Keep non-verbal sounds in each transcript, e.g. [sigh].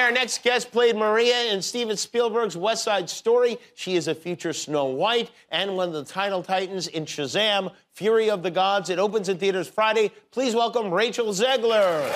Our next guest played Maria in Steven Spielberg's West Side Story. She is a future Snow White and one of the title titans in Shazam, Fury of the Gods. It opens in theaters Friday. Please welcome Rachel Zegler.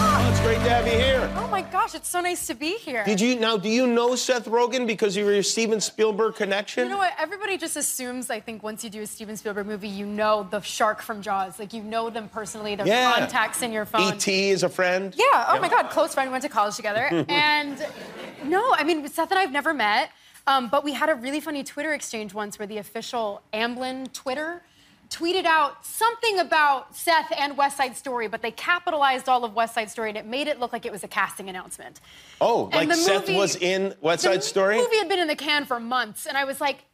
Oh, it's great to have you here. Oh my gosh, it's so nice to be here. Did you now? Do you know Seth Rogen because of your Steven Spielberg connection? You know what? Everybody just assumes, I think, once you do a Steven Spielberg movie, you know the shark from Jaws. Like, you know them personally, their Yeah. contacts in your phone. E.T. E is a friend. Yeah, oh my God, close friend, we went to college together. [laughs] and no, I mean, Seth and I've never met, um, but we had a really funny Twitter exchange once where the official Amblin Twitter tweeted out something about Seth and West Side Story, but they capitalized all of West Side Story and it made it look like it was a casting announcement. Oh, like And the Seth movie- was in West the Side Story. movie had been in the can for months, and I was like,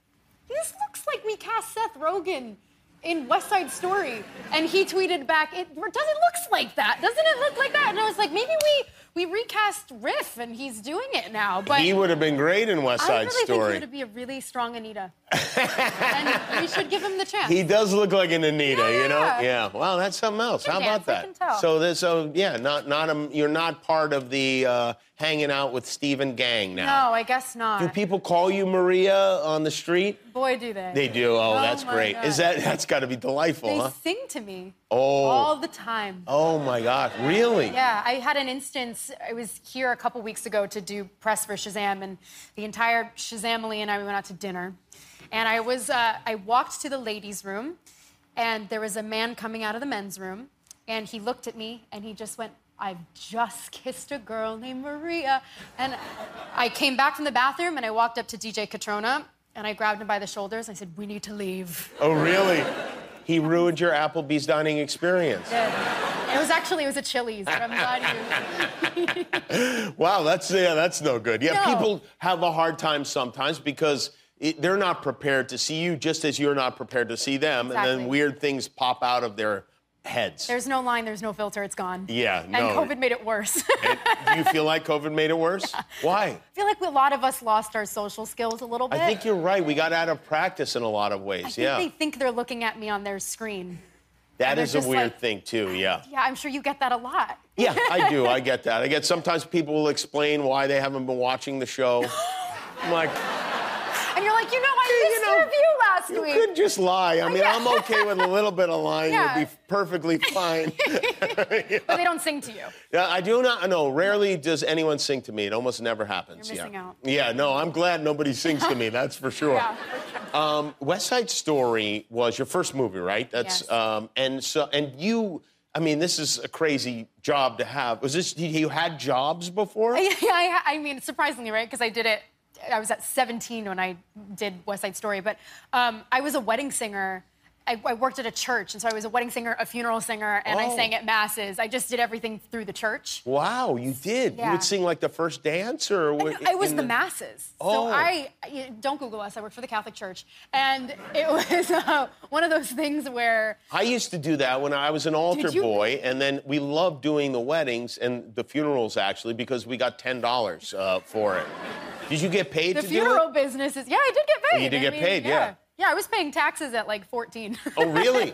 this looks like we cast Seth Rogen in West Side Story. And he tweeted back, it doesn't look like that. Doesn't it look like that? And I was like, maybe we we recast Riff, and he's doing it now. But He would have been great in West I Side really think he Story. would be a really strong [laughs] Anita. and we should give him the chance. He does look like an Anita, Yeah, you know? yeah. Yeah. Wow, that's something else. Good How about dance, I that? can tell. So this, so yeah, not not um, you're not part of the uh, hanging out with Steven gang now. no, I guess not. Do people call you Maria on the street? Boy, do they. They do. Oh, Oh, that's my great. God. Is that that's got to be delightful, They huh? sing to me Oh. all the time. Oh my God, really? Yeah, I had an instance. I was here a couple weeks ago to do press for Shazam, and the entire Shazamily and I we went out to dinner. And I was, uh, I walked to the ladies' room, and there was a man coming out of the men's room, and he looked at me, and he just went, "I've just kissed a girl named Maria." And I came back from the bathroom, and I walked up to DJ Katrona, and I grabbed him by the shoulders. And I said, "We need to leave." Oh, really? He ruined your Applebee's dining experience. it was actually it was a Chili's, but I'm glad you. Wow, that's yeah, that's no good. Yeah, No. people have a hard time sometimes because it, they're not prepared to see you, just as you're not prepared to see them, and then Exactly. weird things pop out of their heads. There's no line, there's no filter, it's gone. Yeah, and no. COVID made [laughs] it worse. I Do you feel like COVID made it [laughs] worse? Why? feel like a lot of us lost our social skills a little bit. I think you're right. We got out of practice in a lot of I ways. think Yeah, they think they're looking at me on their screen. that they're is a just weird like- thing too. Yeah. Yeah, I'm sure you get that a lot. Yeah, I do. I get that. I get sometimes people will explain why they haven't been watching the [laughs] show. I'm like, And you're like, you know, I You missed know, your view last you week. could just lie. I mean, Yeah. I'm okay with a little bit of lying. You'll [laughs] Yeah. be perfectly [laughs] fine. But they don't sing to you. Yeah, I do not. No, rarely does anyone sing to me. It almost never happens. You're missing yeah. out. Yeah, no, I'm glad nobody sings to me. That's for sure. Yeah, [laughs] for sure. Um, West Side Story was your first movie, right? That's Yes. um, and so and you. I mean, this is a crazy job to have. Was this you had jobs before? Yeah, I, I mean, surprisingly, right? Because I did it. I was at 17 when I did West Side Story, but um, I was a wedding singer. I, I worked at a church, and so I was a wedding singer, a funeral singer, and I Oh. sang at masses. I just did everything through the church. Wow, you did. You Yeah. would sing like the first dance, or what- I was in the, masses. Oh. So I I- don't Google us. I work for the Catholic Church, and it [laughs] was uh, one of those things where I used to do that when I was an altar you? boy, and then we loved doing the weddings and the funerals actually because we got ten dollars uh, for it. Did you get paid the to funeral do it? business is. Yeah, I did get paid. you did I get mean, paid, yeah. yeah. Yeah, I was paying taxes at like [laughs] 14. Oh, really?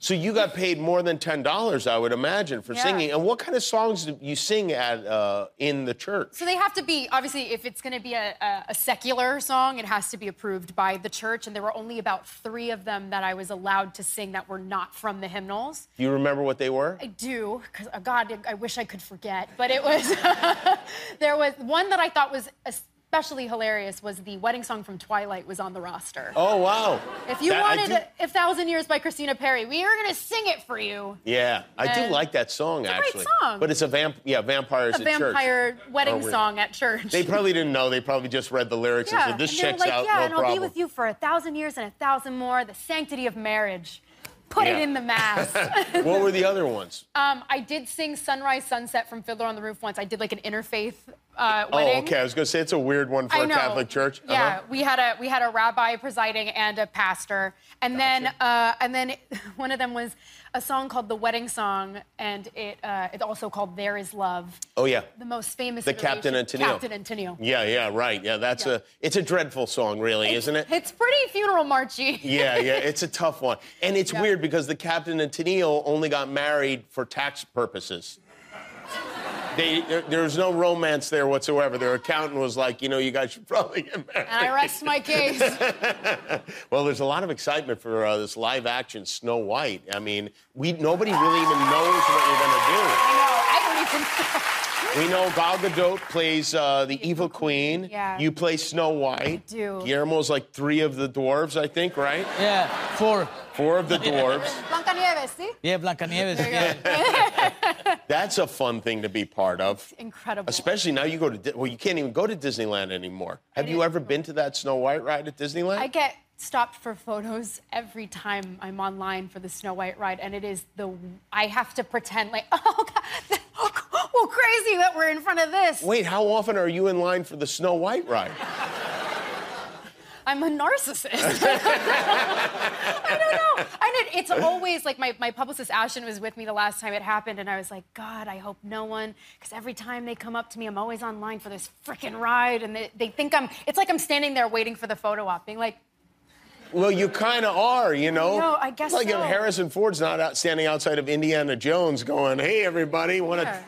So you got paid more than ten dollars, I would imagine, for Yeah. singing. And what kind of songs do you sing at uh, in the church? So they have to be obviously if it's going to be a, a, a secular song, it has to be approved by the church. And there were only about three of them that I was allowed to sing that were not from the hymnals. Do you remember what they were? I do because oh God, I wish I could forget, but it was [laughs] there was one that I thought was especially hilarious was the wedding song from Twilight was on the roster. Oh wow! if you That- I wanted do- a, a Thousand Years by Christina Perry, we are going to sing it for you. yeah, I do And- like that song a great actually. song. But it's a vamp, yeah, vampires a at church. vampire Or wedding we- song at church. They probably didn't know. They probably just read the lyrics and said, "This and they were checks like, out, [laughs] Yeah, no and problem." I'll be with you for a thousand years and a thousand more. The sanctity of marriage. Put Yeah. it in the [laughs] mass. What [laughs] were the other ones? um, I did sing Sunrise Sunset from Fiddler on the Roof once. I did like an interfaith uh, wedding. Oh, okay. I was going to say it's a weird one for I a know. Catholic church. Uh-huh. Yeah, we had a we had a rabbi presiding and a pastor, and then uh, and then [laughs] one of them was a song called the wedding song, and it uh, it's also called There Is Love, Oh, yeah. the most famous. The Captain iteration- Antonio. Captain Antonio. Yeah, yeah, right. Yeah, that's Yeah. a. It's a dreadful song, really, isn't it? It's pretty funeral marchy. Yeah, yeah, it's a tough one. And it's Yeah. weird because the Captain and Tennille only got married for tax purposes. They, there, there was no romance there whatsoever. Their accountant was like, you know, you guys should probably get married. And I rest [laughs] my case. Well, there's a lot of excitement for uh, this live action Snow White. I mean, we nobody really even knows what you're going to I know. I don't even. do. We know Gal Gadot plays uh, the evil queen. Yeah. You play Snow White. do. Guillermo's like three of the dwarves, I think, right? Yeah, four. Four [laughs] of the dwarves. Blanca Nieves, see? Yeah, Blancanieves. Yeah. That's a fun thing to be part of. Incredible. Especially now you go to Di- well, you can't even go to Disneyland anymore. Have you ever been to that Snow White ride at Disneyland? I get stopped for photos every time I'm online for the Snow White ride, and it is the I have to pretend like [laughs] oh god, oh crazy that we're in front of this. Wait, how often are you in line for the Snow White ride? I'm a narcissist. [laughs] I don't know. And it, it's always like my, my publicist Ashton was with me the last time it happened, and I was like, God, I hope no one, because every time they come up to me, I'm always online for this freaking ride, and they, they think I'm. It's like I'm standing there waiting for the photo op, being like, Well, you kind of are, you know. No, I guess It's like so. if Harrison Ford's not out standing outside of Indiana Jones, going, "Hey, everybody, want to Yeah.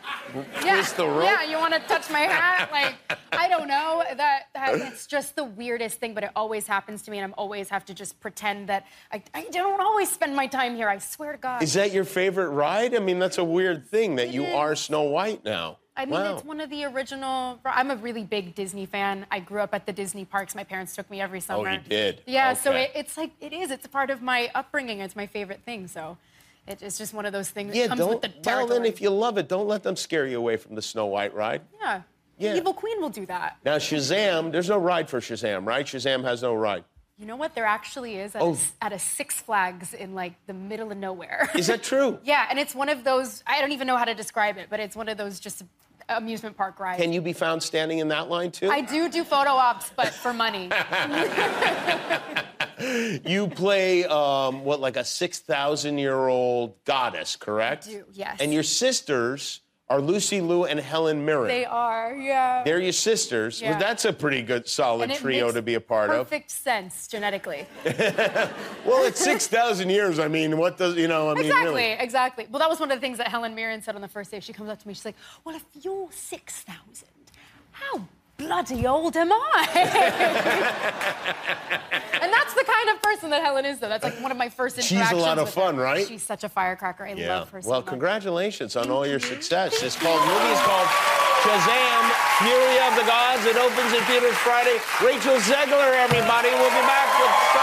yeah, twist the rope?" yeah, you want to touch my hat? [laughs] Like, I don't know. That, that it's just the weirdest thing, but it always happens to me, and I'm always have to just pretend that I, I don't always spend my time here. I swear to God. Is that your favorite ride? I mean, that's a weird thing that It you is. are Snow White now. I mean, wow. it's one of the original. I'm a really big Disney fan. I grew up at the Disney parks. My parents took me every summer. Oh, you did? Yeah, so Okay. it, it's like it is. It's a part of my upbringing. It's my favorite thing. So it, it's just one of those things yeah, that comes don't. with the well, territory. then, if you love it, don't let them scare you away from the Snow White ride. yeah. Yeah. The Evil Queen will do that. Now, Shazam, there's no ride for Shazam, right? Shazam has no ride. You know what? There actually is at, Oh. a, at a Six Flags in like the middle of nowhere. Is that true? [laughs] yeah, and it's one of those. I don't even know how to describe it, but it's one of those just amusement park rides. Can you be found standing in that line too? I do do photo ops, but [laughs] for money. You play um, what, like a six thousand year old goddess, correct? do, yes. And your sisters are Lucy Liu and Helen Mirren. they are, yeah. are your sisters. Well, Yeah. that's a pretty good, solid And it trio makes to be a part Perfect sense genetically. of. Well, it's six thousand years. I mean, what does you know? I mean, exactly, really. exactly. Well, that was one of the things that Helen Mirren said on the first day. She comes up to me, she's like, Well, if you're 6,000, how bloody old am I? [laughs] and that's the kind of person that Helen is, though. That's like one of my first a interactions. lot of with fun, her. right? She's such a firecracker. I Yeah. love her so Well, much. congratulations on Thank all your you. success. Thank It's called you. movie's called Shazam: Fury of the Gods. It opens in theaters Friday. Rachel Zegler, everybody, we'll be back with.